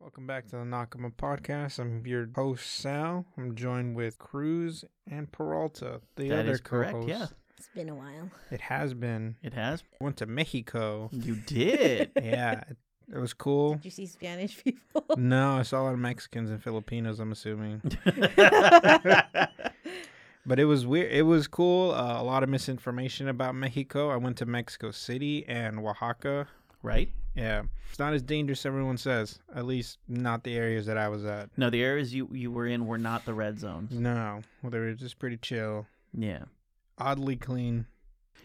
Welcome back to the Knock 'em Up podcast. I'm your host Sal. I'm joined with Cruz and Peralta, the That other is correct. co-hosts. Yeah, It's been a while. it has been. it has. Went to Mexico. You did. yeah, it, it was cool. Did you see Spanish people? No, I saw a lot of Mexicans and Filipinos. I'm assuming, but it was weird. It was cool. Uh, a lot of misinformation about Mexico. I went to Mexico City and Oaxaca. right? Yeah, it's not as dangerous as everyone says. At least not the areas that I was at. No, the areas you you were in were not the red zone. No, well, they were just pretty chill, Yeah. oddly clean.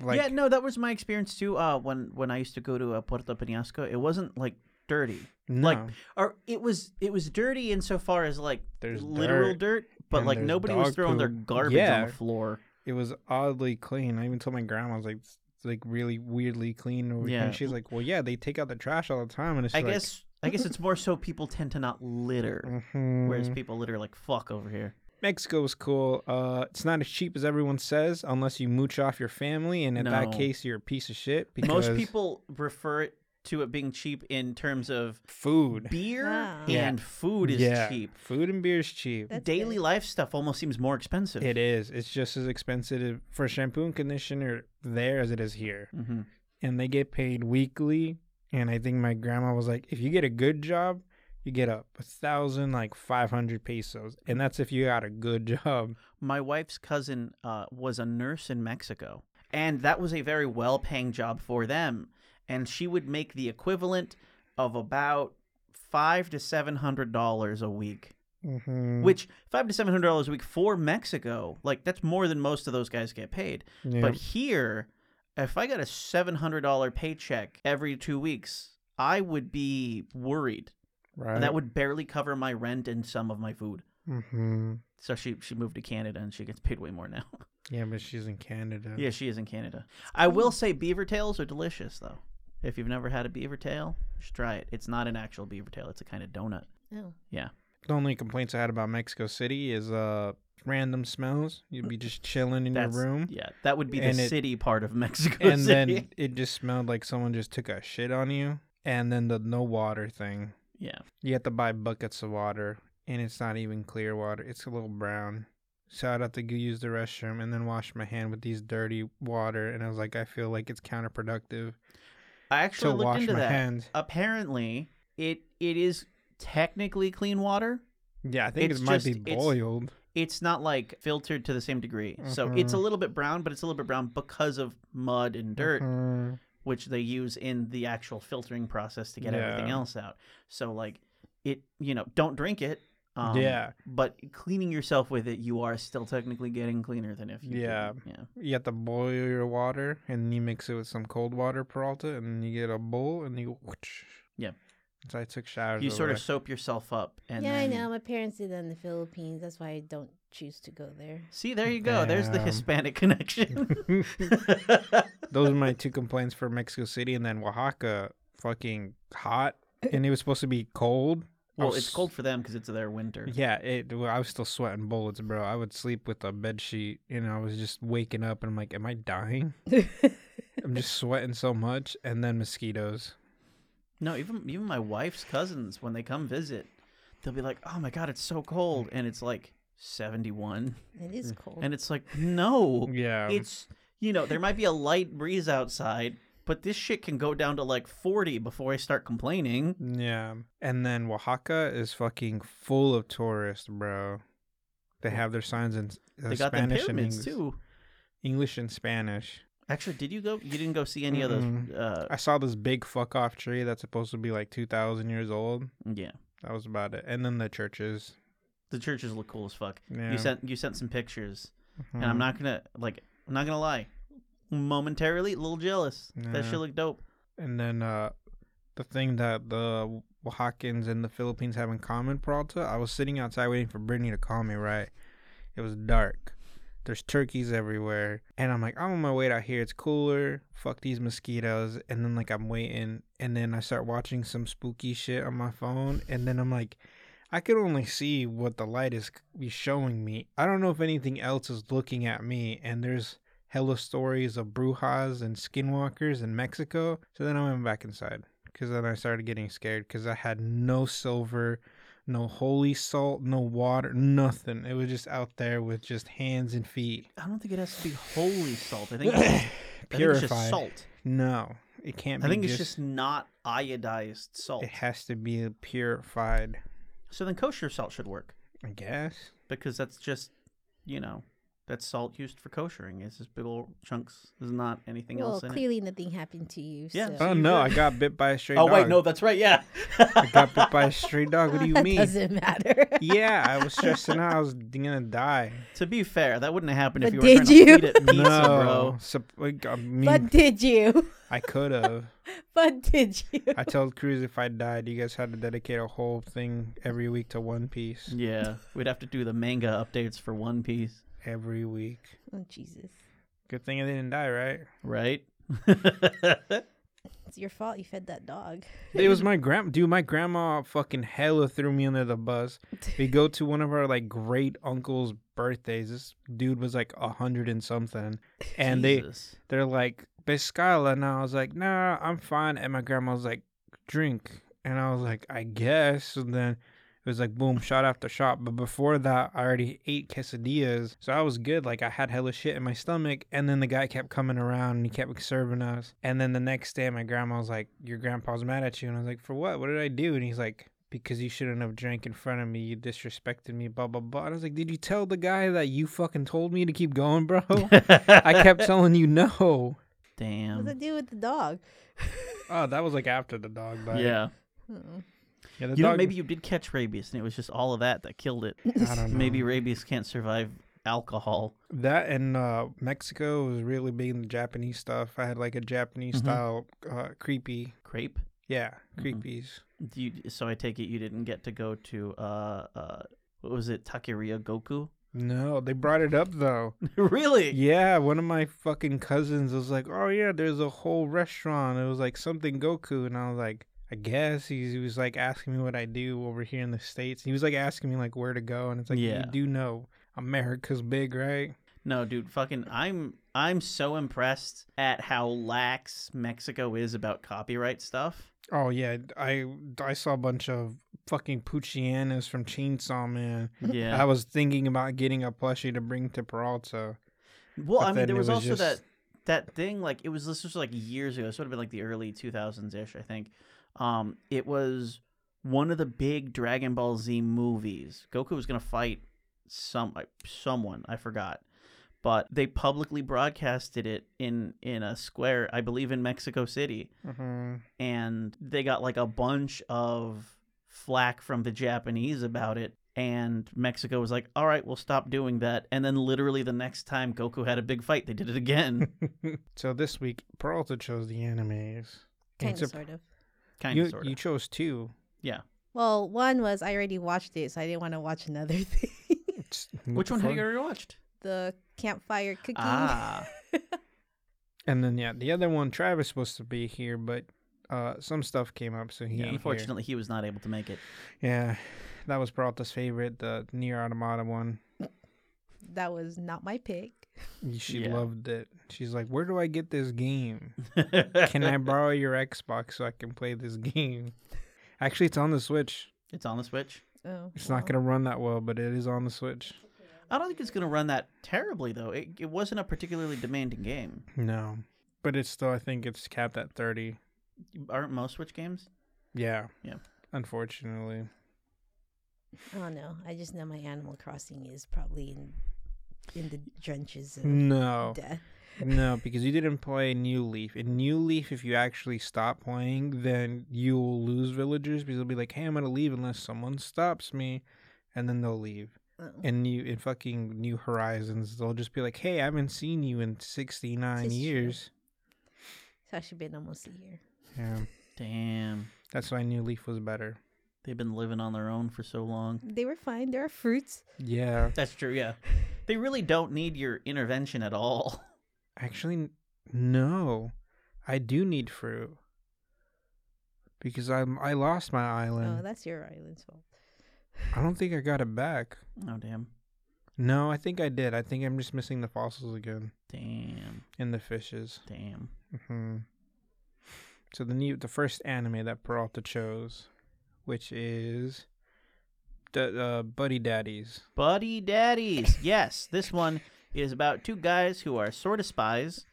Like yeah. No, that was my experience too. Uh, when when I used to go to uh, Puerto Penasco, it wasn't like dirty. no, like, Or it was it was dirty insofar as like There's literal dirt, dirt, but and like there's nobody was dog throwing their poop. garbage on Yeah. the floor. it was oddly clean. I even told my grandma, I was like, it's like really weirdly clean over here. Yeah. And she's like, well, yeah, they take out the trash all the time, and it's I like, guess I guess it's more so people tend to not litter, mhm. whereas people litter like fuck over here. Mexico was cool. Uh, it's not as cheap as everyone says, unless you mooch off your family, and in that No. case, you're a piece of shit. Because Most people refer it to it being cheap in terms of food, beer Wow. Yeah. and food is yeah, cheap. food and beer is cheap. Ah. That's Daily good. life stuff almost seems more expensive. It is. It's just as expensive for shampoo and conditioner there as it is here. Mm-hmm. And they get paid weekly. And I think my grandma was like, if you get a good job, you get up a thousand, like 500 pesos. And that's if you got a good job. My wife's cousin uh, was a nurse in Mexico, and that was a very well paying job for them. And she would make the equivalent of about five to seven hundred dollars a week. Mm-hmm. Which five to seven hundred dollars a week for Mexico, like that's more than most of those guys get paid. But here, if I got a seven hundred dollar paycheck every two weeks, I would be worried. right. That would barely cover my rent and some of my food. hmm So she she moved to Canada and she gets paid way more now. Yeah, but she's in Canada. yeah, she is in Canada. I will say beaver tails are delicious though. If you've never had a beaver tail, you should try it. It's not an actual beaver tail; it's a kind of donut. Oh. Yeah. The only complaints I had about Mexico City is uh random smells. You'd be just chilling in That's, your room. Yeah, that would be the And it- city part of Mexico and City. then it just smelled like someone just took a shit on you. And then the no water thing. yeah, You have to buy buckets of water, and it's not even clear water. It's a little brown. So I'd have to go use the restroom and then wash my hand with these dirty water. And I was like, I feel like it's counterproductive I actually to looked wash into my that. hands. Apparently, it it is technically clean water. Yeah, I think It's it might just- be it's- boiled. It's not like filtered to the same degree, so it's a Uh-huh. little bit brown, but it's a little bit brown because of mud and dirt. Mm, which they use in the actual filtering process to get everything Yeah. else out. So like it, you know, don't drink it. Um, Yeah. But cleaning yourself with it, you are still technically getting cleaner than if you. Yeah. didn't. Yeah. You have to boil your water, and you mix it with some cold water Peralta, and then you get a bowl, and you. Yeah. So I took showers. You over sort of there. soap yourself up, and yeah, I then- know. My parents did that in the Philippines. That's why I don't choose to go there. See, there you go. There's the Damn. Hispanic connection. Those are my two complaints for Mexico City, and then Oaxaca, fucking hot, and it was supposed to be cold. I well, was- it's cold for them because it's their winter. Oh, Yeah, it. Well, I was still sweating bullets, bro. I would sleep with a bed sheet, and I was just waking up, and I'm like, "Am I dying? I'm just sweating so much." And then mosquitoes. No, even even my wife's cousins when they come visit, they'll be like, "Oh my god, it's so cold," and it's like 71, It Mm. is cold. and it's like, "No, Yeah, it's you know there might be a light breeze outside but this shit can go down to like 40 before i start complaining yeah. And then Oaxaca is fucking full of tourists, bro. They have their signs in uh, they got them Spanish and pyramids English. too English and Spanish. actually did you go you didn't go see any of those Mm-mm. uh I saw this big fuck off tree that's supposed to be like 2,000 years old. yeah That was about it. And then the churches. the churches look cool as fuck Yeah. mhm. Mm-hmm. you sent you sent some pictures and i'm not gonna like i'm not gonna lie momentarily a little jealous that Yeah. shit looked dope And then uh, the thing that the Oaxacans and the Philippines have in common, Peralta, I was sitting outside waiting for Brittany to call me, right? It was dark. There's turkeys everywhere. And I'm like, I'm on my way out here. It's cooler. Fuck these mosquitoes. And then, like, I'm waiting. And then I start watching some spooky shit on my phone. And then I'm like, I could only see what the light is be showing me. I don't know if anything else is looking at me. And there's hella stories of brujas and skinwalkers in Mexico. So then I went back inside Because then I started getting scared because I had no silver, no holy salt, no water, nothing. It was just out there with just hands and feet. I don't think it has to be holy salt. I think, I think it's just Purified. salt. No, it can't. Be I think it's just, just not iodized salt. It has to be purified. So then kosher salt should work I guess. because that's just, you know, that's salt used for koshering. It's just big old chunks. There's not anything well, else in clearly nothing happened to you. Yeah. So. Oh you no! got- I got bit by a it. stray Oh dog. wait, no, that's right. Yeah. I got bit by a stray dog. What do you that mean? Doesn't matter. Yeah, I was stressing out. I was gonna die. to be fair, that wouldn't have happened if But you were did trying to you? eat at pizza, no, bro. Sup- like, I mean, But did you? I could have. But did you? I told Cruz if I died, you guys had to dedicate a whole thing every week to One Piece. Yeah, we'd have to do the manga updates for One Piece, Every week. Oh Jesus! Good thing I didn't die, right? right? It's your fault. You fed that dog. It was my grandma. Dude, my grandma fucking hella threw me under the bus. We go to one of our like great uncle's birthdays. This dude was like a hundred and something, and they Jesus. they're like Biscala, and I was like, Nah, I'm fine. And my grandma was like, Drink, and I was like, I guess. And then it was like boom, shot after shot. But before that, I already ate quesadillas, so I was good. Like I had hella shit in my stomach. And then the guy kept coming around and he kept serving us. And then the next day, my grandma was like, Your grandpa's mad at you, and I was like, For what? What did I do? And he's like. Because you shouldn't have drank in front of me, you disrespected me, blah blah blah. And I was like, "Did you tell the guy that you fucking told me to keep going, bro?" I kept telling you no. What Damn. does it do with the dog? Oh, that was like after the dog bite. yeah. Mm. yeah. The You know, dog- maybe you did catch rabies, and it was just all of that that killed it. I don't know. Maybe rabies can't survive alcohol. that and uh, Mexico was really big in the Japanese stuff. I had like a Japanese Mhm. style uh, creepy. Crepe. Yeah, Mhm. creepies. Do you, so I take it you didn't get to go to uh uh what was it Takeria Goku? No, they brought it up though. really? Yeah, one of my fucking cousins was like, "Oh yeah, there's a whole restaurant." It was like something Goku, and I was like, "I guess." He, he was like asking me what I do over here in the states. He was like asking me like where to go, and it's like Yeah. you do know America's big, right? No, dude, fucking I'm I'm so impressed at how lax Mexico is about copyright stuff. Oh yeah, I I saw a bunch of fucking Puchianas from Chainsaw Man. I Yeah. was thinking about getting a plushie to bring to Peralta. well, but I mean then there it was, was also that just- that thing like it was this was like years ago. This would have been like the early 2000s ish, I think. Um it was one of the big Dragon Ball Z movies. Goku was going to fight some like, someone, I forgot. But they publicly broadcasted it in in a square, I believe in Mexico City. Mm-hmm. hmm and they got like a bunch of flack from the Japanese about it. And Mexico was like, all right, we'll stop doing that. And then literally the next time Goku had a big fight, they did it again. so this week Peralta chose the animes. And Kind of, sup- sort of. kind you of, sort you of. chose two. Well, one was I already watched it, so I didn't want to watch another thing. It's- Which one before- have you already watched? the campfire cooking. Ah. And then yeah, the other one Travis supposed to be here, but uh, some stuff came up, so he Yeah, ain't unfortunately, he was not able to make it. Here. Yeah, that was Peralta's favorite, the near automata one. that was not my pick. She Yeah. loved it. She's like, "Where do I get this game?" can I borrow your Xbox so I can play this game? Actually, it's on the Switch. It's on the Switch. Oh, It's not gonna run that well, but it is on the Switch. I don't think it's going to run that terribly, though. It, it wasn't a particularly demanding game. No, but it's still. I think it's capped at thirty. Aren't most Switch games? Yeah. Yeah. Unfortunately, gonna. Oh no, I just know my Animal Crossing is probably in in the trenches of Mm, no, death. no, because you didn't play New Leaf. In New Leaf, if you actually stop playing, then you will lose villagers because they'll be like, "Hey, I'm gonna leave unless someone stops me," and then they'll leave. Oh. And new in fucking New Horizons, they'll just be like, "Hey, I haven't seen you in sixty nine This is true. years." It's actually been almost a year. Yeah, Damn. that's why New Leaf was better. They've been living on their own for so long. They were fine. There are fruits. Yeah, That's true, yeah. They really don't need your intervention at all. actually, n- no, I do need fruit because I'm I lost my Oh, island. that's your island's fault. I don't think I got it back. Oh damn. No, I think I did. I think I'm just missing the fossils again Damn. and the fishes. Damn. hmm Mm-hmm. So the new, the first anime that Peralta chose, which is the uh, Buddy Daddies. Buddy Daddies. Yes, this one is about two guys who are sort of spies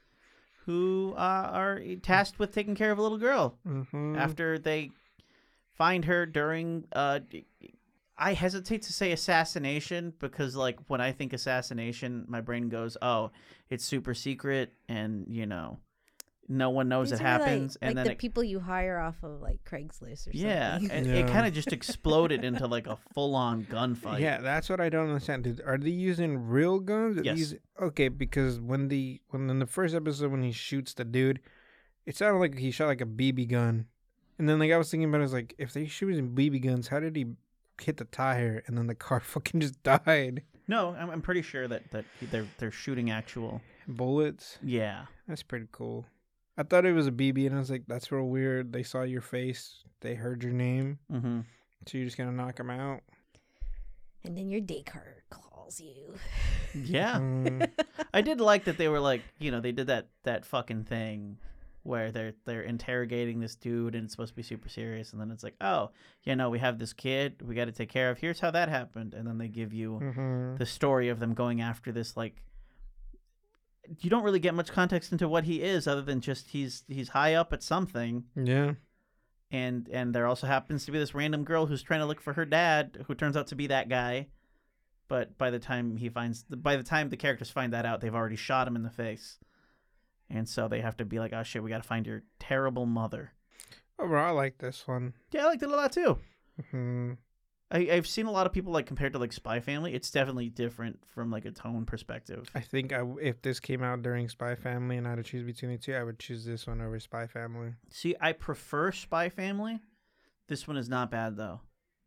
who uh, are tasked with taking care of a little girl Mm. Mm-hmm. after they find her during uh I hesitate to say assassination because like when I think assassination my brain goes oh it's super secret and you know no one knows Oh, it These are, like- happens like, and then the it people you hire off of like Craigslist or something. yeah, and Yeah. it kind of just exploded into like a full-on gunfight. Yeah, that's what I don't understand. Did, are they using real guns? Are they Yes. using- okay, because when the when in the first episode when he shoots the dude, it sounded like he shot like a BB gun, and then like I was thinking about it, I was like if they shooting BB guns, how did he hit the tire and then the car fucking just died? No, I'm, I'm pretty sure that that they're they're shooting actual. Bullets. Yeah. That's pretty cool. I thought it was a BB, and I was like, that's real weird. They saw your face, they heard your name, Mm-hmm. so you're just gonna knock them out. And then your daycare calls you. Yeah. Mm, I did like that they were like, you know, they did that that fucking thing where they're they're interrogating this dude and it's supposed to be super serious and then it's like, "Oh, yeah, no, we have this kid we got to take care of. Here's how that happened." And then they give you mhm. the story of them going after this like you don't really get much context into what he is other than just he's he's high up at something Yeah. and and there also happens to be this random girl who's trying to look for her dad who turns out to be that guy but by the time he finds by the time the characters find that out they've already shot him in the face and so they have to be like oh shit we gotta find your terrible mother Overall, I like this one. yeah i liked it a lot too hmm I, i've seen a lot of people like compared to like spy family it's definitely different from like a tone perspective I think I, if this came out during Spy Family and I had to choose between the two, I would choose this one over Spy Family. see i prefer spy family this one is not bad though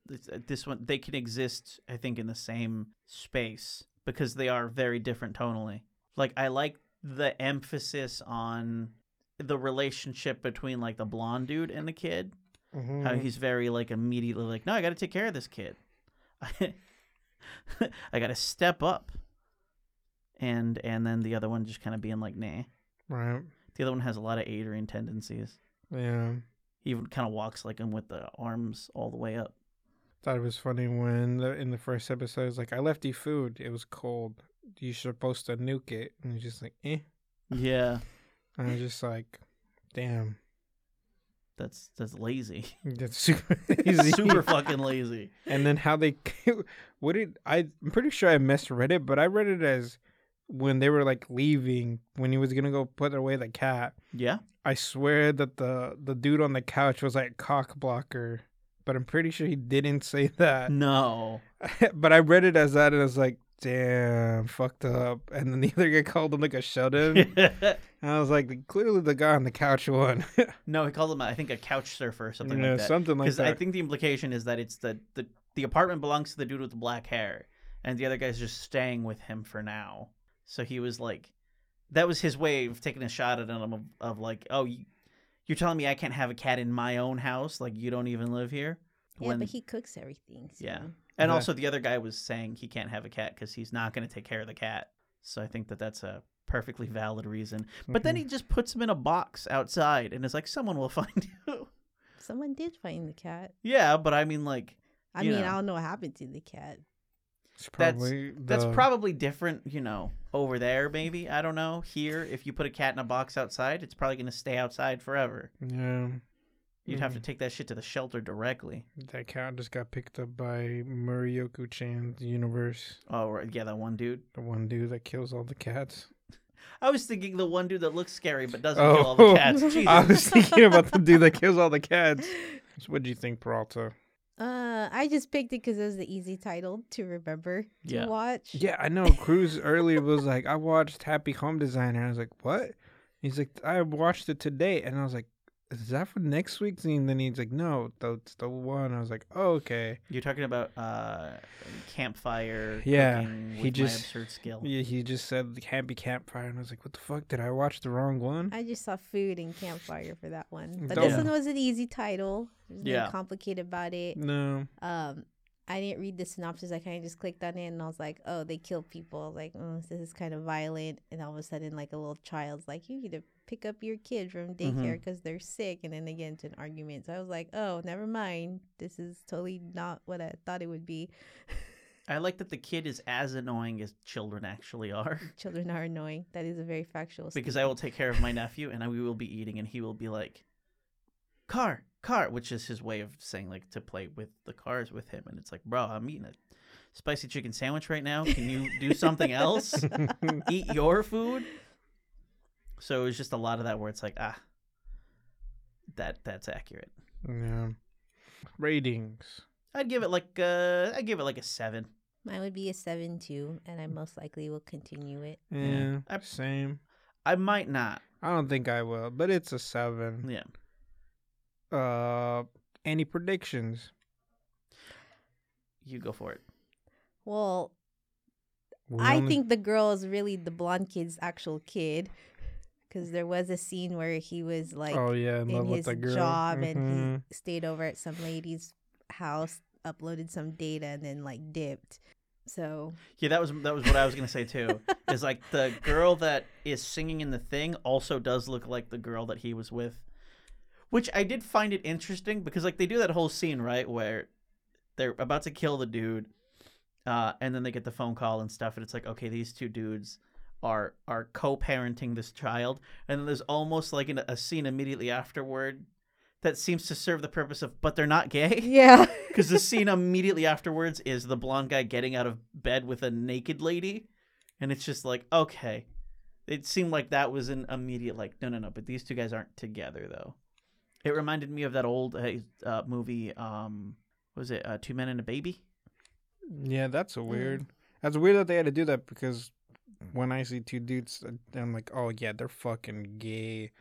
this, uh, this one they can exist i think in the same space because they are very different tonally like i like the emphasis on the relationship between like the blonde dude and the kid Mhm. how he's very like immediately like no i gotta take care of this kid i gotta step up and and then the other one just kind of being like nah right. the other one has a lot of adrian tendencies Yeah. he even kind of walks like him with the arms all the way up. Thought it was funny when the, in the first episode, it's like, I left you food. It was cold. You're supposed to nuke it. And he's just like, eh. Yeah, And I was just like, damn. that's that's lazy. That's super easy. Super fucking lazy. and then how they what did I? I'm pretty sure I misread it, but I read it as when they were like leaving when he was gonna go put away the cat. Yeah, I swear that the the dude on the couch was like cock blocker, but I'm pretty sure he didn't say that. Mm. no. but I read it as that, and I was like, damn, fucked up. And then the other guy called him like a shut in. no, and I was like, clearly the guy on the couch won. he called him I think a couch surfer or something You know, like that. something like Because that. I think the implication is that it's the, the the apartment belongs to the dude with the black hair, and the other guy's just staying with him for now. So he was like, that was his way of taking a shot at him of, of like, oh, you, you're telling me I can't have a cat in my own house? Like you don't even live here. Yeah, When- but he cooks everything. So. Yeah. And Yeah. also, the other guy was saying he can't have a cat because he's not going to take care of the cat. So I think that that's a perfectly valid reason. But then Mhm. he just puts him in a box outside and is like, someone will find you. Someone did find the cat. yeah, but I mean, like, I You mean, know. I don't know what happened to the cat. Mm-hmm. It's that's- probably that's the- probably different, you know, over there, maybe. I don't know. Here, if you put a cat in a box outside, it's probably going to stay outside forever. yeah. You'd have to Mhm. take that shit to the shelter directly. That cat just got picked up by Murioku Chan's universe. Oh, right, yeah, that one dude. The one dude that kills all the cats. I was thinking the one dude that looks scary but doesn't Oh. kill all the cats. Jesus. I was thinking about the dude that kills all the cats. So what'd you think, Peralta? Uh, I just picked it because it was the easy title to remember to Yeah. watch. Yeah, I know. Cruz earlier was like, I watched Happy Home Designer. I was like, what? He's like, I watched it today. And I was like, is that for next week's? And then he's like, no, that's the one. I was like, oh, okay. You're talking about uh, campfire. Yeah, cooking he with just- my absurd skill. Yeah, he just said Happy Campfire. And I was like, what the fuck? Did I watch the wrong one? I just saw food and campfire for that one, but Don't- this one was an easy title. There's nothing Yeah. complicated about it. No. Um, I didn't read the synopsis. I kind of just clicked on it and I was like, "Oh, they kill people." I was like, mm, "This is kind of violent." And all of a sudden, like a little child's like, "You need to pick up your kid from daycare Mm-hmm. because they're sick, and then they get into an argument. So I was like, oh, never mind. This is totally not what I thought it would be. I like that the kid is as annoying as children actually are. Children are annoying. That is a very factual. because I will take care of my nephew and I, we will be eating and he will be like, car, car, which is his way of saying like to play with the cars with him. And it's like, bro, I'm eating a spicy chicken sandwich right now. Can you do something else? Eat your food. So it was just a lot of that where it's like, ah, that that's accurate. Yeah. Ratings. I'd give it like uh, I'd give it like a seven. Mine would be a seven two, and I most likely will continue it. Yeah. Yeah. I- Eh, Same. I might not. I don't think I will, but it's a seven. Yeah. Uh, any predictions? You go for it. Well, We I only- think the girl is really the blonde kid's actual kid, because there was a scene where he was like oh yeah, in, in love with his the girl. job, Mhm. and he stayed over at some lady's house, uploaded some data, and then like dipped. So Yeah, that was that was what I was gonna say too. is like the girl that is singing in the thing also does look like the girl that he was with, which I did find it interesting because like they do that whole scene right where they're about to kill the dude, uh, and then they get the phone call and stuff, and it's like okay, these two dudes are are co-parenting this child, and then there's almost like an, a scene immediately afterward that seems to serve the purpose of but they're not gay. yeah, Because the scene immediately afterwards is the blonde guy getting out of bed with a naked lady, and it's just like, okay, it seemed like that was an immediate like, no, no, no, but these two guys aren't together though. It reminded me of that old uh, uh, movie, um, what was it uh, Two Men and a Baby? Yeah, that's Mm. a weird. That's weird that they had to do that because when I see two dudes, I'm like, oh yeah, they're fucking gay.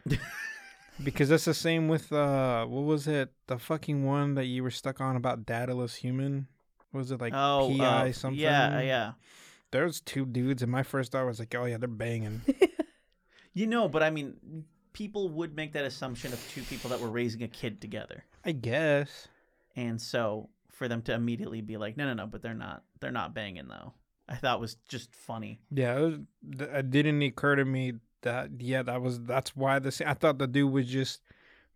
because that's the same with uh, what was it? The fucking one that you were stuck on about dataless human. What was it like oh, uh, PI something? Yeah, yeah. There's two dudes, and my first thought was like, oh yeah, they're banging. You know, but I mean, people would make that assumption of two people that were raising a kid together, I guess. and so for them to immediately be like, no, no, no, but they're not, they're not banging though. I thought was just funny. Yeah, it, was, th- it didn't occur to me that yeah, that was that's why the I thought the dude was just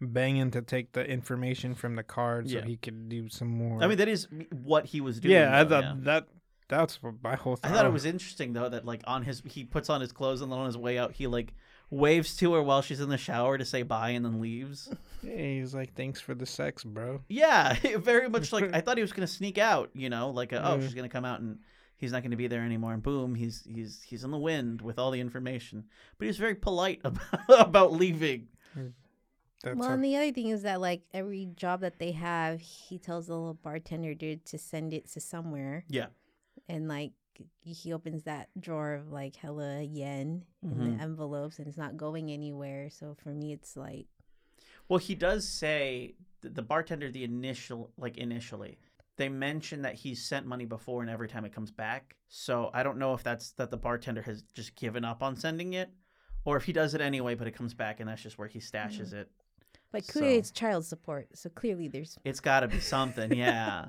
banging to take the information from the card so Yeah. he could do some more. I mean, that is m- what he was doing. yeah, I though, Um, thought that that's what my whole I thought. thought it was interesting though that like on his he puts on his clothes and then on his way out he like waves to her while she's in the shower to say bye and then leaves. Yeah, he's like, thanks for the sex, bro. yeah, very much like I thought he was gonna sneak out. You know, like uh oh Mm. she's gonna come out and he's not gonna be there anymore and boom he's he's he's in the wind with all the information. But he's very polite about, about leaving. That's well, how- and the other thing is that like every job that they have, he tells the little bartender dude to send it to somewhere, Yeah. and like he opens that drawer of like hella yen in Mm-hmm. Mhm. the envelopes, and it's not going anywhere. So for me, it's like Well, he does say th- the bartender, the initial, like initially, they mention that he's sent money before, and every time it comes back. So I don't know if that's that the bartender has just given up on sending it, or if he does it anyway, but it comes back, and that's just where he stashes it. But So- clearly, it's child support. So clearly, there's It's got to be something, yeah.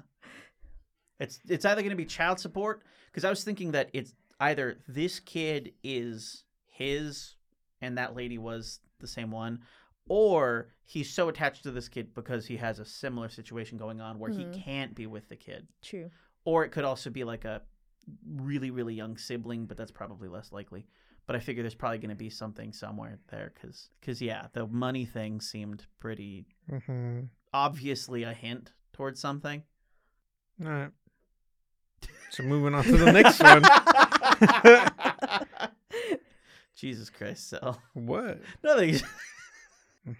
It's it's either going to be child support because I was thinking that it's either this kid is his and that lady was the same one, or he's so attached to this kid because he has a similar situation going on where he Mhm. can't be with the kid, true. or it could also be like a really really young sibling, but that's probably less likely. But I figure there's probably going to be something somewhere there because because yeah, the money thing seemed pretty Mhm. obviously a hint towards something. All right. So moving on to the next one. Jesus Christ, so What? nothing.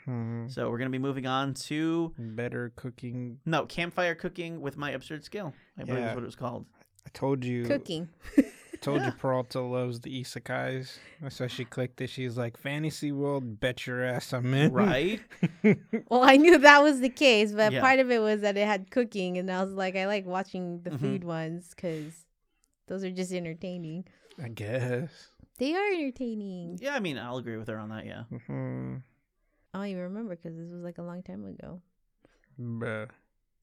hmm So we're gonna be moving on to Better cooking. no campfire cooking with my absurd skill. I believe Yeah. is what it was called. I told you. Cooking. I told Yeah. you Peralta loves the isekais. So she clicked it. She's like, fantasy world, bet your ass I'm in. Right? Well, I knew that was the case, but Yeah. part of it was that it had cooking, and I was like, I like watching the Mhm. food ones because those are just entertaining. I guess. They are entertaining. yeah, I mean I'll agree with her on that. Yeah. hmm I don't even remember because this was like a long time ago. Bruh.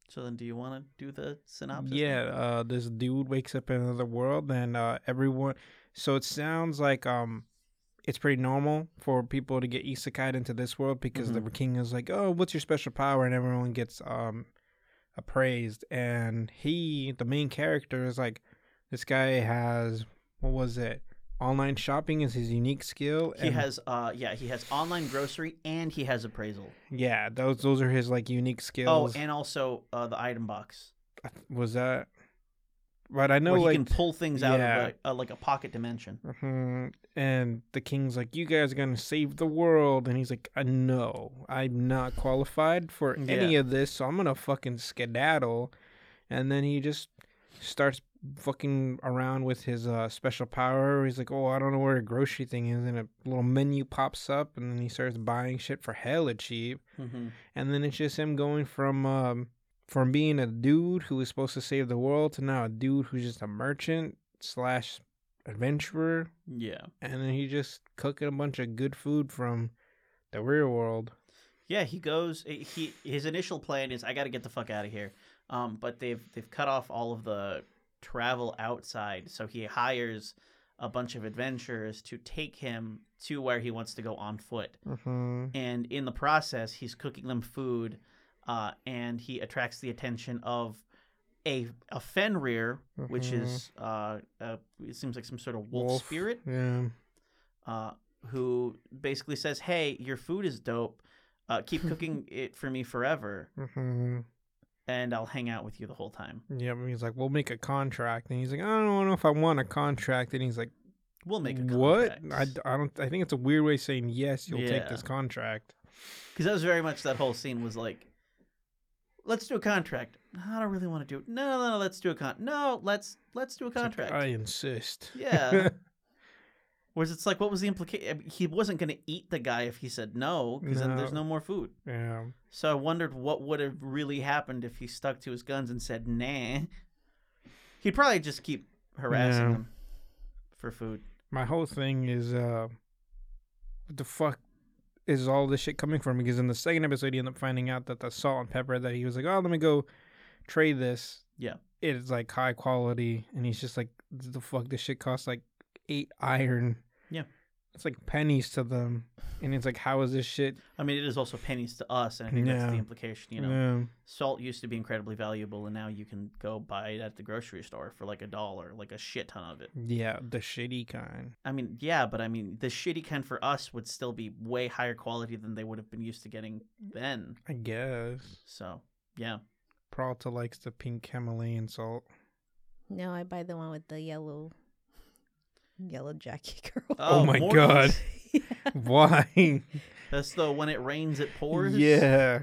So then, do you want to do the synopsis? Yeah, uh, this dude wakes up in another world, and uh, everyone. So it sounds like um, it's pretty normal for people to get isekai into this world because Mm-hmm. the king is like, "Oh, what's your special power?" and everyone gets um appraised. And he, the main character, is like, "This guy has what was it? Online shopping is his unique skill." He and has uh yeah, he has online grocery and he has appraisal. yeah, those those are his like unique Oh, skills. and also uh, the item box. was that? But I know where he like can pull things out yeah. of a, uh, like a pocket dimension. hmm And the king's like, "You guys are gonna save the world," and he's like, "I know I'm not qualified for any Yeah. of this, so I'm gonna fucking skedaddle." And then he just starts fucking around with his uh, special power. He's like, "Oh, I don't know where the grocery thing is," and a little menu pops up, and then he starts buying shit for hella cheap Mm-hmm. and then it's just him going from um from being a dude who was supposed to save the world to now a dude who's just a merchant slash adventurer Yeah. and then he just cooking a bunch of good food from the real world Yeah, he goes. eh, He his initial plan is I got to get the fuck out of here. Um, but they've they've cut off all of the travel outside, so he hires a bunch of adventurers to take him to where he wants to go on foot. mm-hmm. And in the process, he's cooking them food, uh, and he attracts the attention of a a Fenrir, which is uh, uh, it seems like some sort of wolf. spirit yeah uh, who basically says, "Hey, your food is dope. Uh, keep cooking it for me forever, mm-hmm. and I'll hang out with you the whole time. yep and he's like we'll make a contract and he's like i don't know if i want a contract and he's like We'll make a what contract." I, d- I don't i think it's a weird way of saying yes you'll take Yeah. this contract Because that was very much that whole scene was like, "Let's do a contract. I don't really want to do it. No, no, no. Let's do a con. No, let's let's do a It's like, contract." i insist Yeah. Whereas it's like, what was the implication? He wasn't going to eat the guy if he said no, because then there's No. no more food. yeah So I wondered what would have really happened if he stuck to his guns and said nah. He'd probably just keep harassing Yeah. them for food. my whole thing is uh what the fuck is all this shit coming from because in the second episode you end up finding out that the salt and pepper that he was like oh let me go trade this Yeah. it's like high quality and he's just like the fuck this shit costs like eight iron Yeah. it's like pennies to them and it's like how is this shit I mean, it is also pennies to us, and I think that's the Yeah. implication. You know, salt used to be incredibly valuable, and now you can go buy it at the grocery store for like a dollar, like a shit ton of it. yeah, yeah the shitty kind I mean, yeah, but I mean, the shitty kind for us would still be way higher quality than they would have been used to getting then. i guess So, yeah. Pralta likes the pink Himalayan salt. No, I buy the one with the yellow, yellow jacket girl. Uh, Oh my more- God. Why? That's the when it rains, it pours. Yeah.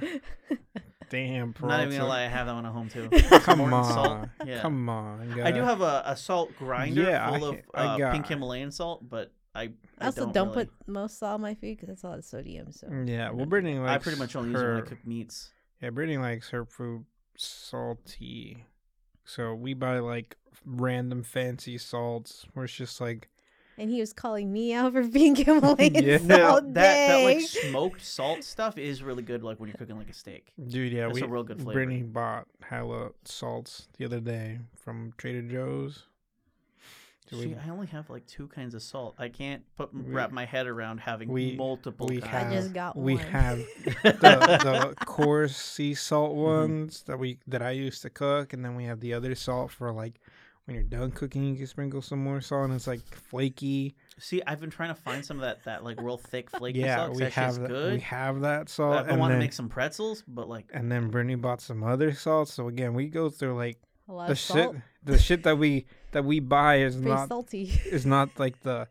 Damn, I'm not even gonna Peralta. lie, I have that one at home too. Come More on. salt. Yeah. Come on. I do guys. have a, a salt grinder Yeah, I- full of I uh, got- pink Himalayan salt, but I, I I also don't, don't, really- Mm. put most salt on my food because that's a lot of sodium. So Yeah, well, Brittany likes. I pretty much only use it her, when I cook meats. Yeah, Brittany likes her food salty, so we buy like random fancy salts where it's just like and he was calling me out for being Himalayan Yeah. salt Now, all that that like day. smoked salt stuff is really good, like when you're cooking like a steak. Dude, yeah, That's we a real good flavor. Brittany bought hella salts the other day from Trader Joe's. So See, we, I only have like two kinds of salt. I can't put We- wrap my head around having we- multiple. we I kinds. have just got we one. have the, the coarse sea salt Mm-hmm. ones that we that I used to cook, and then we have the other salt for like when you're done cooking, you can sprinkle some more salt, and it's like flaky. See, I've been trying to find some of that that like real thick flaky yeah, salt. 'cause we that shit's have that, we good. have that I, salt, I and want to then make some pretzels, but like and then Brittany bought some other salt. So again, we go through like a lot the of salt. shit the shit that we that we buy is Pretty not salty. is not like the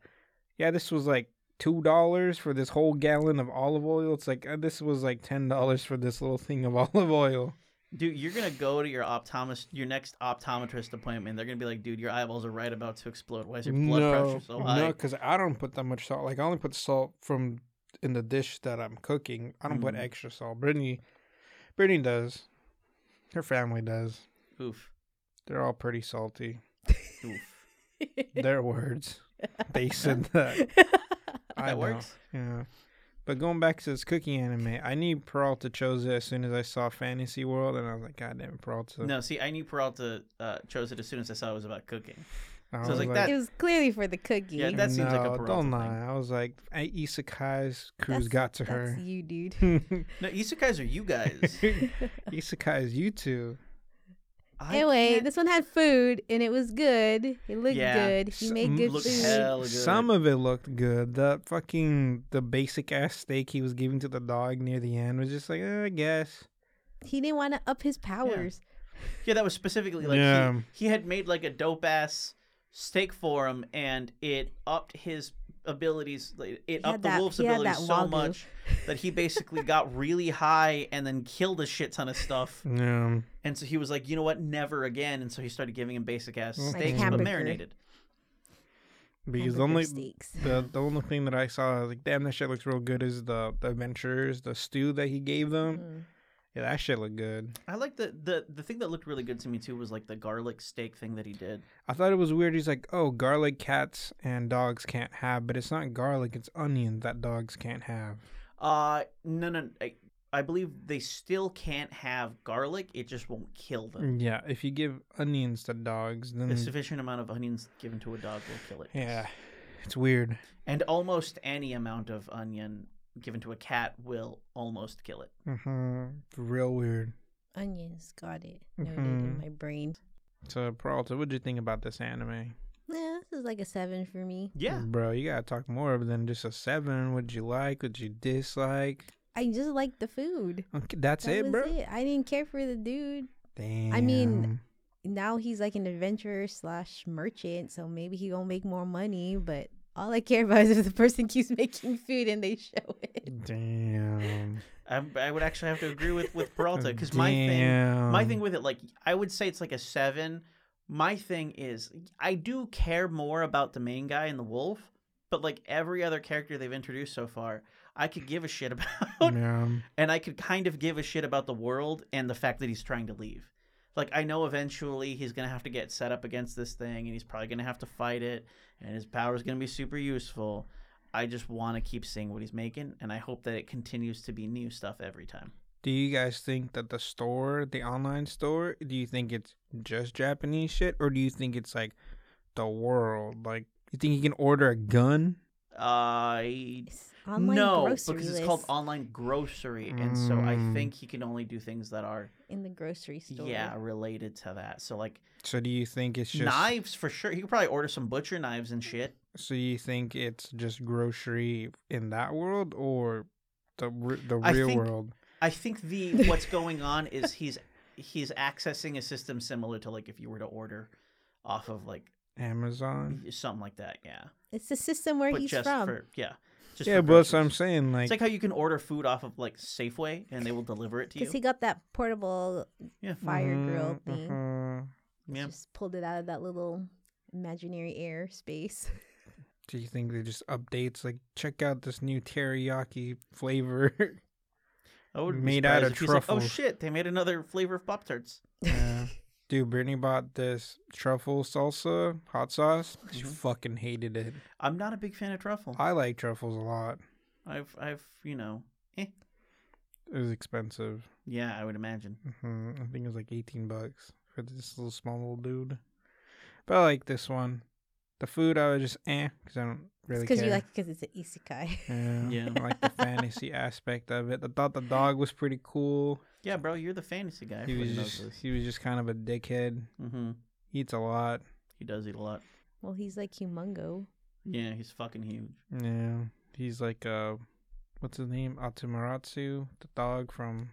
yeah this was like two dollars for this whole gallon of olive oil it's like uh, this was like ten dollars for this little thing of olive oil Dude, you're gonna go to your optometrist, your next optometrist appointment. They're gonna be like, "Dude, your eyeballs are right about to explode. Why is your blood pressure so high?" no because i don't put that much salt like i only put salt from in the dish that i'm cooking i don't put Mm. extra salt brittany brittany does her family does Oof, they're all pretty salty oof. their words they said that I that know. works. Yeah. But going back to this cookie anime, I knew Peralta chose it as soon as I saw Fantasy World, and I was like, God damn it, Peralta. No, see, I knew Peralta uh, chose it as soon as I saw it was about cooking. I So I was like, that- It was clearly for the cookie. Yeah, that seems like a "No, Peralta Don't thing." lie. I was like, I- Isekai's cruise got to That's her. you, dude. No, isekais are you guys. Isekai's you two. I Anyway, can't- this one had food and it was good. It looked Yeah. good. He S- made mm, good looked food. hella good. Some of it looked good. The fucking the basic ass steak he was giving to the dog near the end was just like, eh, I guess. He didn't want to up his powers. Yeah, that was specifically like Yeah. he, he had made like a dope ass steak for him, and it upped his abilities. like, It had upped the that- wolf's he had abilities that so wagyu. much that he basically got really high and then killed a shit ton of stuff. Yeah. And so he was like, you know what, never again. And so he started giving him basic ass Like steaks, but hamburger. marinated. Because the Hamburger only steaks. the, the only thing that I saw I was like, damn that shit looks real good is the the adventures, the stew that he gave them. Mm. Yeah, that shit looked good. I like the, the the thing that looked really good to me too was like the garlic steak thing that he did. I thought it was weird. He's like, oh, garlic cats and dogs can't have, but it's not garlic, it's onions that dogs can't have. Uh no no I, I believe they still can't have garlic. It just won't kill them. Yeah, if you give onions to dogs, then A sufficient amount of onions given to a dog will kill it. Mm. yeah, it's weird. And almost any amount of onion given to a cat will almost kill it. Mm-hmm. Real weird. Onions, got it. Noted in Mhm. my brain. So, Peralta, what'd you think about this anime? Yeah, this is like a seven for me. Yeah. Bro, you gotta talk more than just a seven. What'd you like? What'd you dislike? I just liked the food. Okay, that's That it, was bro. it. I didn't care for the dude. Damn. mean, Now he's like an adventurer slash merchant, so maybe he gonna make more money. But all I care about is if the person keeps making food and they show it. damn. I, I would actually have to agree with with Peralta because my thing my Damn. thing with it like I would say it's like a seven. My thing is I do care more about the main guy and the wolf, but like every other character they've introduced so far, I could give a shit about. Yeah. and I could kind of give a shit about the world and the fact that he's trying to leave. Like I know eventually he's gonna have to get set up against this thing, and he's probably gonna have to fight it, and his power's gonna be super useful. I just want to keep seeing what he's making, and I hope that it continues to be new stuff every time. Do you guys think that the store, the online store, do you think it's just Japanese shit, or do you think it's like the world? Like, you think you can order a gun? I It's online no, because grocery it's list called online grocery, and so I Mm. think he can only do things that are in the grocery store. yeah related to that. So like So do you think it's just? knives for sure. He could probably order some butcher knives and shit. So you think it's just grocery in that world, or the re- the I real think- world? I think the what's going on is he's he's accessing a system similar to like if you were to order off of like Amazon. something like that, yeah. It's the system where but he's just from. for yeah, just Yeah, for but that's what I'm groceries. saying. Like, It's like how you can order food off of like Safeway and they will deliver it to you. Because he got that portable Yeah. mm-hmm, fire grill thing. mhm. yeah. Just pulled it out of that little imaginary air space. Do you think they just updates like check out this new teriyaki flavor? I wouldn't be made out surprised of if he's like, oh truffles. shit, they made another flavor of Pop Tarts. Yeah. Dude, Brittany bought this truffle salsa hot sauce. She Mhm. fucking hated it. I'm not a big fan of truffle. I like truffles a lot. I've I've you know It was expensive. yeah, I would imagine. hmm I think it was like eighteen bucks for this little small little dude. But I like this one. The food I was just eh because I don't really because care. you like it because it's an isekai. yeah, Yeah. I like the fantasy aspect of it. I thought the dog was pretty cool. Yeah, bro, you're the fantasy guy. He was Everybody knows just this. he was just kind of a dickhead. Mm-hmm. He eats a lot. He does eat a lot. well, he's like humongo. Yeah, he's fucking huge. Yeah, he's like uh, what's his name? Atamaratsu, the dog from.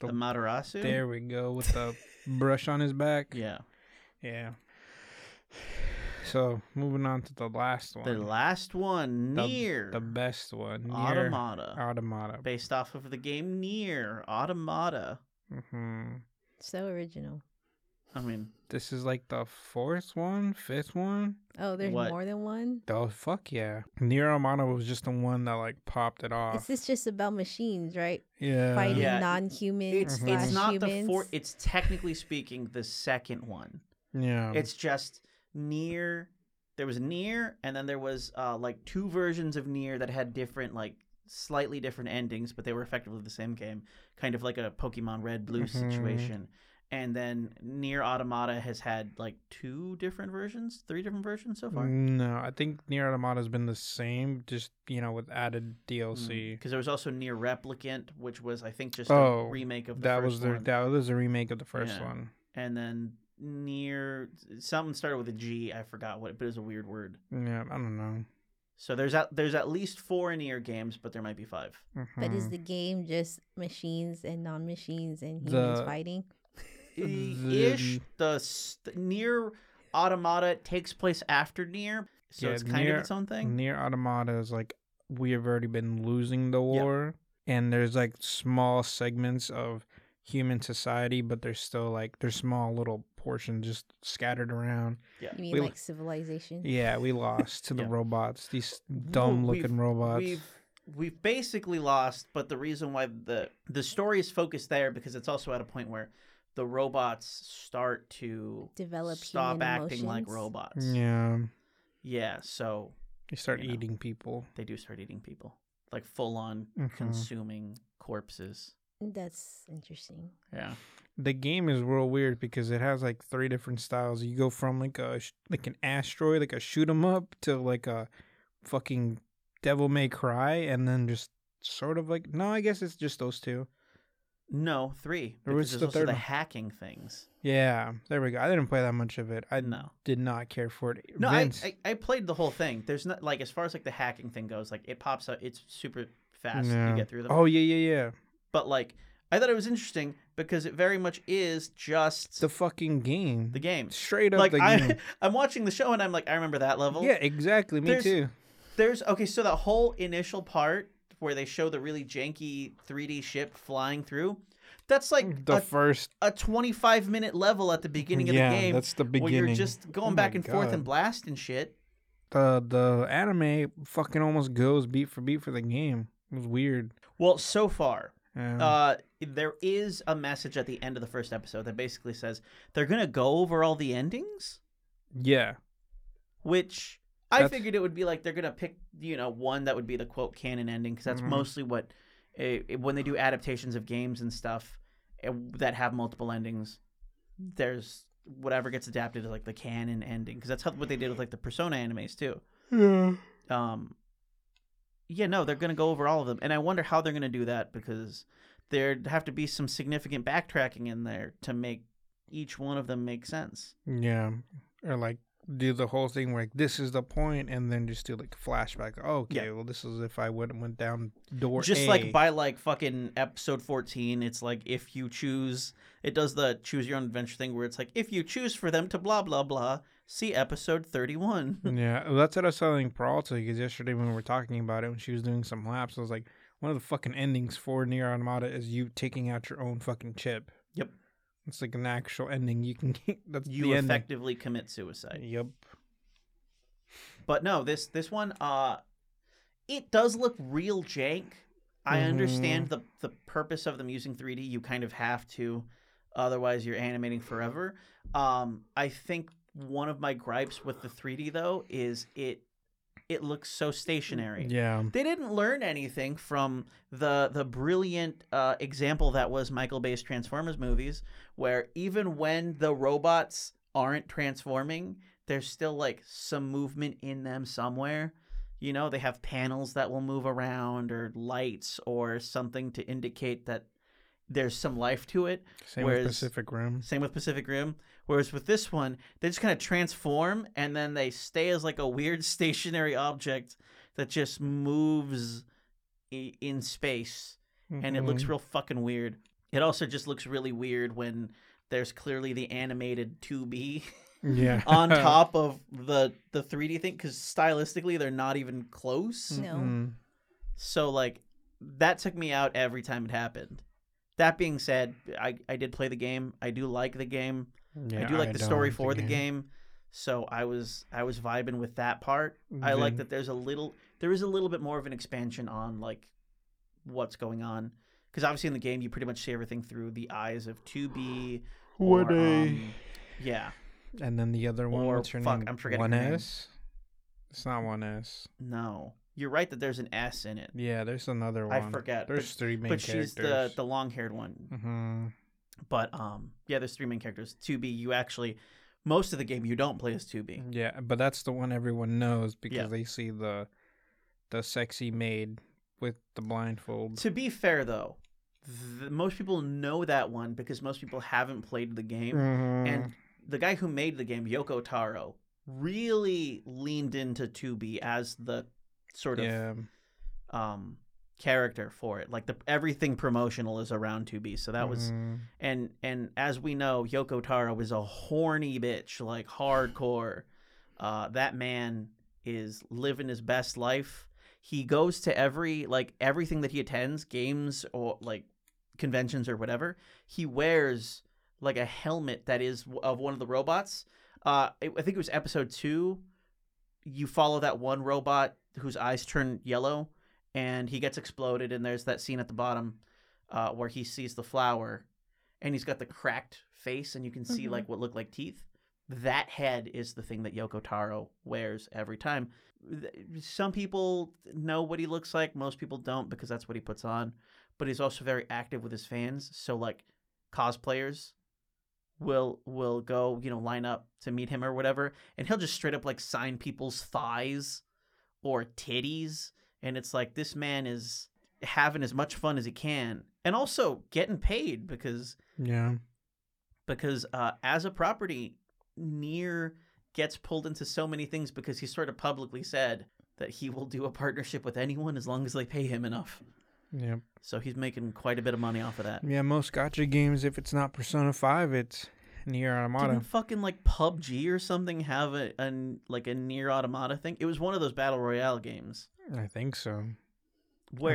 The, The- Matarasu? There we go with the brush on his back. Yeah. Yeah. So moving on to the last one, The last one, The- Near the best one, Nier Automata. Automata. Based off of the game Near Automata. hmm So original. I mean, This is like the fourth one, fifth one. Oh, there's What? more than one? Oh fuck yeah! Nier Automata was just the one that like popped it Is off. this just about machines, right? yeah. Fighting Yeah. non human it's Mm-hmm. slash it's not humans. the four it's technically speaking the second one. Yeah. It's just Near there was Near and then there was uh like two versions of Near that had different like slightly different endings, but they were effectively the same game, kind of like a Pokemon Red Blue Mhm. situation. and then Near Automata has had like two different versions, three different versions so far. No, I think Nier Automata's been the same, just you know, with Mm. added DLC. Because there was also Near Replicant, which was I think just Oh, a remake of the that first was their one. that was a remake of the first Yeah. one. and then Near something started with a G. I forgot what, but it was a weird word. Yeah, I don't know. So there's at there's at least four Near games, but there might be five. But is Mhm. the game just machines and non machines and humans The- fighting? The- ish. The st- near automata takes place after near, so Yeah, it's kind Nier- of its own thing. Near Automata is like we have already been losing the war, and there's like small segments of human society, but there's still like there's small little portions just scattered around. You mean We- like civilization? Yeah, we lost to the Yeah. robots, these Well, dumb we've- looking robots. We've we've basically lost, but the reason why the the story is focused there because it's also at a point where the robots start to Develop stop human acting like emotions? robots. yeah, Yeah, so they start you know. eating people. they do start eating people, like full on Mhm. consuming corpses. That's interesting. Yeah. The game is real weird because it has like three different styles. You go from like a sh- like an asteroid, like a shoot 'em up, to like a fucking Devil May Cry, and then just sort of like no, I guess it's just those two. No, three. Or it's Because there's the also third the one. hacking things. Yeah, there we go. I didn't play that much of it. I no. did not care for it. No, I, Vince, I I played the whole thing. There's not like as far as like the hacking thing goes, like it pops up. It's super fast. Yeah. You get through them. oh yeah, yeah, yeah. But like I thought it was interesting because it very much is just The fucking game. the game. Straight up Like the I game. I'm watching the show and I'm like I remember that level. Yeah, exactly. Me There's- too. There's okay. So that whole initial part where they show the really janky 3D ship flying through, that's like The a, first. a 25 minute level at the beginning of yeah, the game. that's the where beginning. you're just going Oh back my and forth and God. blasting shit. the the anime fucking almost goes beat for beat for the game. It was weird. Um, Well, so far, Yeah. uh, there is a message at the end of the first episode that basically says they're gonna go over all the endings, yeah. which I That's- figured it would be like they're gonna pick you know one that would be the quote canon ending because that's Mhm. mostly what eh, when they do adaptations of games and stuff eh, that have multiple endings. There's whatever gets adapted is like the canon ending because that's how, what they did with like the Persona animes too. Yeah. um yeah no they're gonna go over all of them and i wonder how they're gonna do that because there'd have to be some significant backtracking in there to make each one of them make sense Yeah. Or like do the whole thing where like, this is the point and then just do like a flashback. Oh, okay, Yeah. well this is if I went went down door just A. like by like fucking episode 14 it's like if you choose it does the choose your own adventure thing where it's like if you choose for them to blah blah blah see episode 31 Yeah, well, that's what I was telling Peralta because yesterday when we were talking about it, when she was doing some laps, I was like, one of the fucking endings for Nier Automata is you taking out your own fucking chip. Yep. It's like an actual ending. You can that's you the ending. effectively commit suicide Yep. But no, this this one, uh, it does look real jank. I Mhm. understand the the purpose of them using 3D. You kind of have to, otherwise you're animating forever. Um, I think one of my gripes with the 3D though is it it looks so stationary. Yeah. They didn't learn anything from the the brilliant uh, example that was Michael Bay's Transformers movies, where even when the robots aren't transforming, there's still like some movement in them somewhere. You know, they have panels that will move around or lights or something to indicate that there's some life to it. Same Whereas- with Pacific Rim. Same with Pacific Rim. Whereas with this one, they just kind of transform and then they stay as like a weird stationary object that just moves i- in space and it looks Mhm. real fucking weird. It also just looks really weird when there's clearly the animated 2B Mm-hmm. yeah on top of the the 3D thing cuz stylistically they're not even close. No. Mm. So like that took me out every time it happened. That being said, I, I did play the game. I do like the game. I Yeah, do like the don't story for the game. So I was I was vibing with that part. I like Then- that there's a little there is a little bit more of an expansion on like what's going on because obviously in the game you pretty much see everything through the eyes of 2B or, One A. um, yeah. and then the other one. or What's her fuck, name? I'm forgetting her One name. S. It's not one S. No. You're right that there's an S in it. Yeah, there's another one. I forget. There's three main but, but she's characters. the the long-haired one. Mhm. But um, yeah, there's three main characters. 2B, you actually most of the game you don't play as 2B. Yeah, but that's the one everyone knows because Yeah. they see the the sexy maid with the blindfold. To be fair though, th- most people know that one because most people haven't played the game. Mhm. And the guy who made the game, Yoko Taro, really leaned into 2B as the sort of yeah, um character for it. Like the everything promotional is around 2B. So that was Mhm. and and as we know, Yoko Taro is a horny bitch, like hardcore. Uh, that man is living his best life. He goes to every like everything that he attends, games or like conventions or whatever. He wears like a helmet that is w- of one of the robots. Uh, I I think it was episode two. You follow that one robot whose eyes turn yellow, and he gets exploded. And there's that scene at the bottom uh, where he sees the flower, and he's got the cracked face, and you can see Mhm. like what look like teeth. That head is the thing that Yoko Taro wears every time. Th- Some people know what he looks like. Most people don't because that's what he puts on. But he's also very active with his fans. So like cosplayers will will go you know line up to meet him or whatever and he'll just straight up like sign people's thighs or titties and it's like this man is having as much fun as he can and also getting paid because yeah, because uh as a property near gets pulled into so many things because he sort of publicly said that he will do a partnership with anyone as long as they pay him enough yeah, so he's making quite a bit of money off of that yeah. Most gotcha games, if it's not Persona Five, it's Nier Automata. Didn't fucking like PUBG or something have a an like a near automata thing? It was one of those battle royale games I think so. where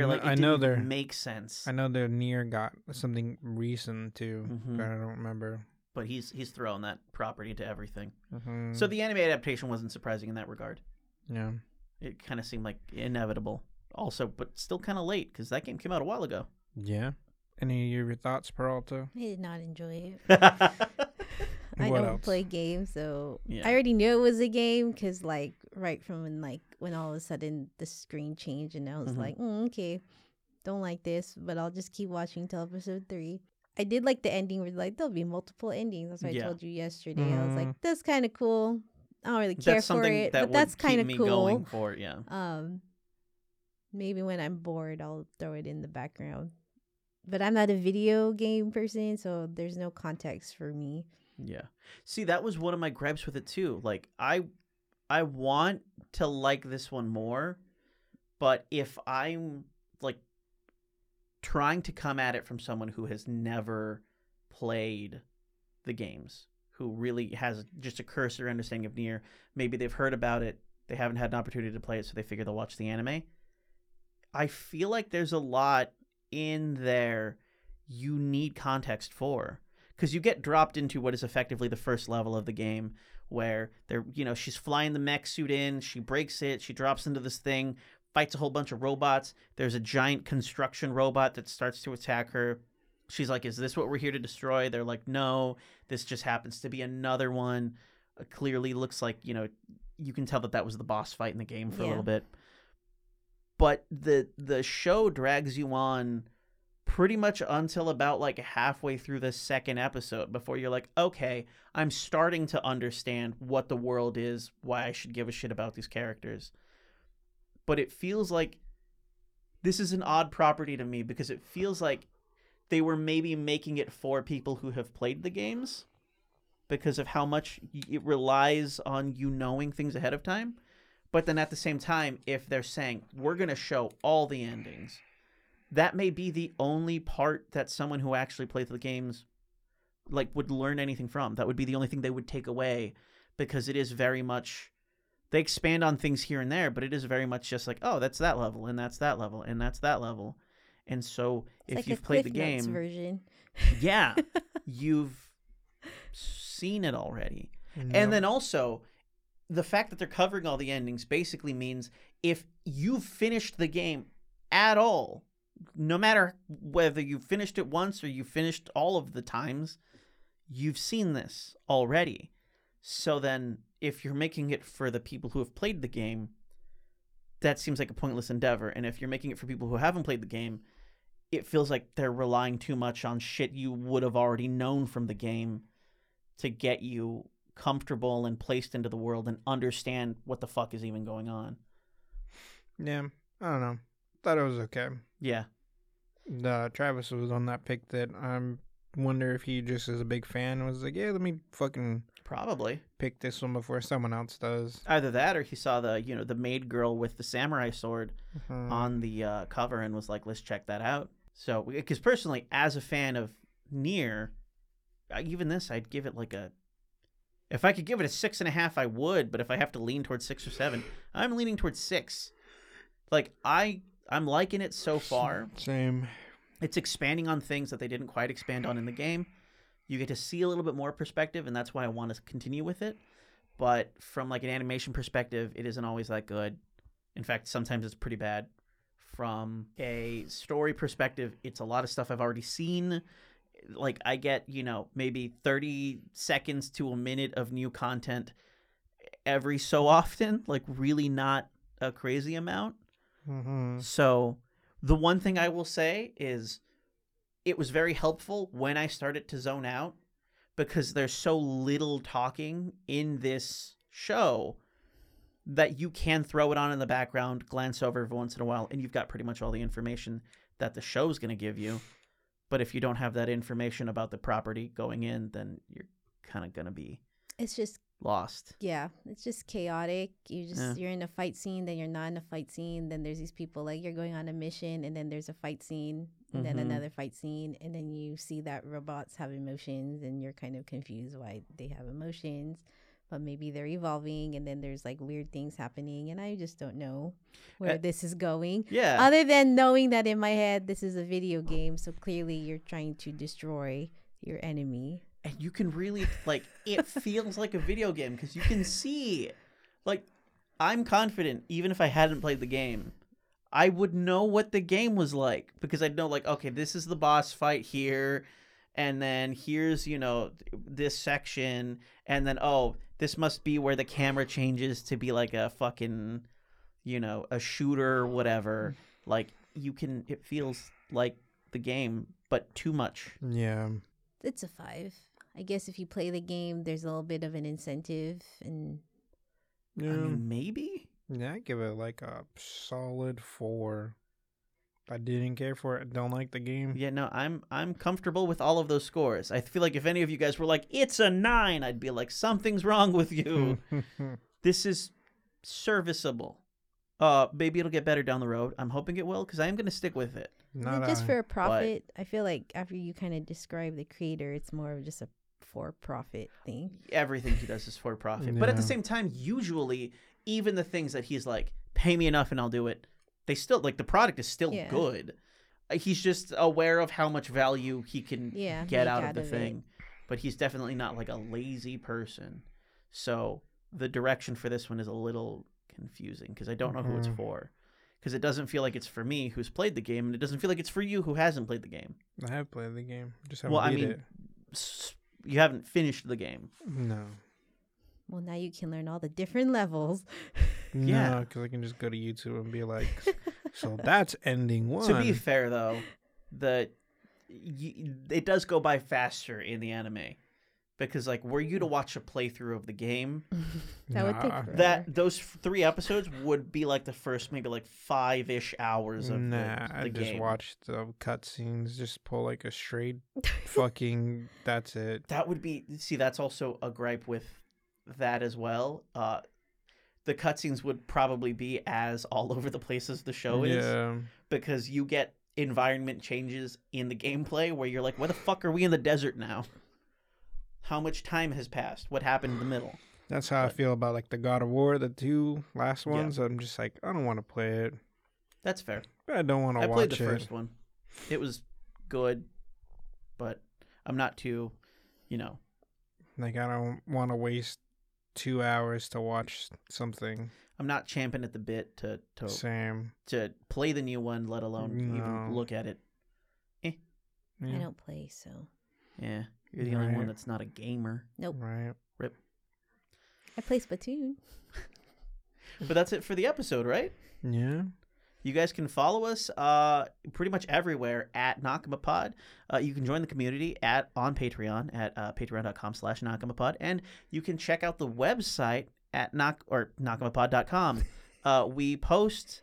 I kn- like it I didn't know even they're- make sense. I know the Nier got something recent too, Mhm. but I don't remember. But he's he's throwing that property to everything. Mhm. So the anime adaptation wasn't surprising in that regard. yeah, It kind of seemed like inevitable. Also, but still kind of late because that game came out a while ago. yeah. Any of your thoughts, Peralta? I did not enjoy it. I What don't else? play games, so Yeah. I already knew it was a game because, like, right from when, like, when all of a sudden the screen changed, and I was Mhm. like, mm, okay, don't like this, but I'll just keep watching till episode three. I did like the ending where, like, there'll be multiple endings. That's what Yeah. I told you yesterday. I was Mm. like, that's kind of cool. I don't really care that's for something it, that but would that's keep kind of me cool. going for it. Yeah, Um, maybe when I'm bored, I'll throw it in the background. But I'm not a video game person, so there's no context for me. yeah. See, that was one of my gripes with it too. Like I, I want to like this one more, but if I'm like trying to come at it from someone who has never played the games, who really has just a cursory understanding of Nier, maybe they've heard about it, they haven't had an opportunity to play it, so they figure they'll watch the anime. I feel like there's a lot in there you need context for. Because you get dropped into what is effectively the first level of the game, where they're, you know, she's flying the mech suit in, she breaks it, she drops into this thing, fights a whole bunch of robots. There's a giant construction robot that starts to attack her. She's like, Is this what we're here to destroy? They're like, No, this just happens to be another one. Uh, clearly looks like, you know, you can tell that that was the boss fight in the game for a Yeah. little bit. But the the show drags you on pretty much until about like halfway through the second episode before you're like, okay, I'm starting to understand what the world is, why I should give a shit about these characters. But it feels like this is an odd property to me because it feels like they were maybe making it for people who have played the games because of how much y- it relies on you knowing things ahead of time. But then at the same time, if they're saying, we're going to show all the endings, that may be the only part that someone who actually plays the games like would learn anything from that would be the only thing they would take away because it is very much they expand on things here and there but it is very much just like oh that's that level and that's that level and that's that level and so It's if like you've a played the Cliff Notes game version, yeah you've seen it already and then also, the fact that they're covering all the endings basically means if you've finished the game at all, no matter whether you finished it once or you finished all of the times, you've seen this already. So then, if you're making it for the people who have played the game, that seems like a pointless endeavor. And if you're making it for people who haven't played the game, it feels like they're relying too much on shit you would have already known from the game to get you comfortable and placed into the world and understand what the fuck is even going on. Yeah, I don't know. Thought it was okay. Yeah. Uh, Travis was on that pick that I wonder if he just is a big fan and was like, yeah, let me fucking Probably. pick this one before someone else does. Either that or he saw the, you know, the maid girl with the samurai sword Mhm. on the uh, cover and was like, let's check that out. So, because personally, as a fan of Nier, I- even this, I'd give it like a. If I could give it a six and a half, I would. But if I have to lean towards six or seven, I'm leaning towards six. Like I, I'm liking it so far. Same. It's expanding on things that they didn't quite expand on in the game. You get to see a little bit more perspective, and that's why I want to continue with it. But from like an animation perspective, it isn't always that good. In fact, sometimes it's pretty bad. From a story perspective, it's a lot of stuff I've already seen. Like I get, you know, maybe 30 seconds to a minute of new content every so often, like really not a crazy amount. hmm So, the one thing I will say is it was very helpful when I started to zone out because there's so little talking in this show that you can throw it on in the background, glance over every once in a while, and you've got pretty much all the information that the show's going to give you. But if you don't have that information about the property going in, then you're kind of going to be It's just lost. yeah, it's just chaotic. You just Yeah. you're in a fight scene, then you're not in a fight scene. Then there's these people like you're going on a mission, and then there's a fight scene, and then Mhm. another fight scene, and then you see that robots have emotions, and you're kind of confused why they have emotions, but maybe they're evolving, and then there's like weird things happening, and I just don't know where Uh, this is going. Yeah. Other than knowing that in my head this is a video game, so clearly you're trying to destroy your enemy. and you can really like it feels like a video game because you can see like i'm confident even if i hadn't played the game i would know what the game was like because i'd know like okay this is the boss fight here and then here's you know this section and then oh this must be where the camera changes to be like a fucking you know a shooter or whatever like you can it feels like the game but too much Yeah. it's a five. I guess if you play the game, there's a little bit of an incentive, and Yeah. i mean maybe yeah, I give it like a solid four. I didn't care for it. Don't like the game. Yeah, no, I'm I'm comfortable with all of those scores. I feel like if any of you guys were like, "It's a nine, I'd be like, "Something's wrong with Hmm. you." this is serviceable. Uh, maybe it'll get better down the road. I'm hoping it will because I am gonna stick with it. is Not it just I. for a profit. I feel like after you kind of describe the creator, it's more of just a for-profit thing. Everything he does is for profit, but at the Yeah. same time, usually even the things that he's like, "Pay me enough and I'll do it," they still like the product is still Yeah. good. Uh, He's just aware of how much value he can Yeah, get make out of the it. thing. But he's definitely not like a lazy person. So the direction for this one is a little confusing because I don't know who it's Mm-hmm. Mhm. for. Because it doesn't feel like it's for me who's played the game, and it doesn't feel like it's for you who hasn't played the game. I have played the game. Just haven't Well, I beat mean, it. s- you haven't finished the game. No. Well, now you can learn all the different levels. Yeah. No, because I can just go to YouTube and be like, so that's ending one. To be fair, though, the y- it does go by faster in the anime because, like, were you to Mm. watch a playthrough of the game, That would take Nah. forever. that those f- three episodes would be like the first maybe like five ish hours of nah, the, the I game. just watched the cutscenes. Just pull like a straight fucking. That's it. That would be see. That's also a gripe with that as well. Uh, the cutscenes would probably be as all over the place as the show is yeah. because you get environment changes in the gameplay where you're like, "Where the fuck are we in the desert now? How much time has passed? What happened in the middle?" That's how I But- feel about like the God of War, the two last Yeah. ones. I'm just like, I don't want to play it. That's fair. But I don't want to I played watch the it. first one. It was good, but I'm not too, you know, Like I don't want to waste two hours to watch something. I'm not champing at the bit to to Same. to play the new one, let alone No. even look at it. I Yeah. don't play, so Yeah, you're the only Right. one that's not a gamer. Right. I play Splatoon. But that's it for the episode, right? Yeah. You guys can follow us uh, pretty much everywhere at Nakama Pod. Uh, you can join the community at on Patreon at uh, patreon.com slash Nakama Pod. And you can check out the website at knock or nakamapod.com. Uh, we post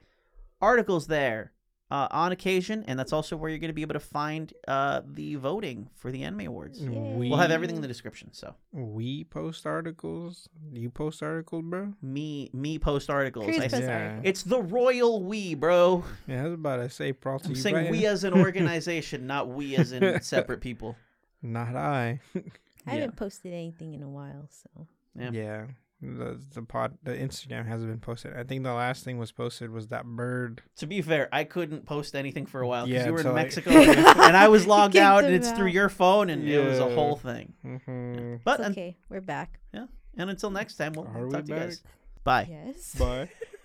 articles there uh, on occasion, and that's also where you're going to be able to find uh, the voting for the Anime Awards. Mm, We- We'll have everything in the description. So We post articles. You post articles, bro. me me post articles. Cruise I post said, Yeah. articles. it's the royal we, bro. Yeah, I was about to say, Pralta, I'm you saying right. we as an organization, not we as in separate people. Not I. I Yeah. haven't posted anything in a while, so Yeah. Yeah. The the pod the Instagram hasn't been posted. I think the last thing was posted was that bird. To be fair, I couldn't post anything for a while because Yeah, you were in until I- Mexico and, and I was You logged kicked out, and them it's through out. your phone, and it was a Yeah. whole thing. Mm-hmm. But um, it's un- okay. We're back. and until next time, we'll Are talk we to you back? guys. Bye. Yes. Bye.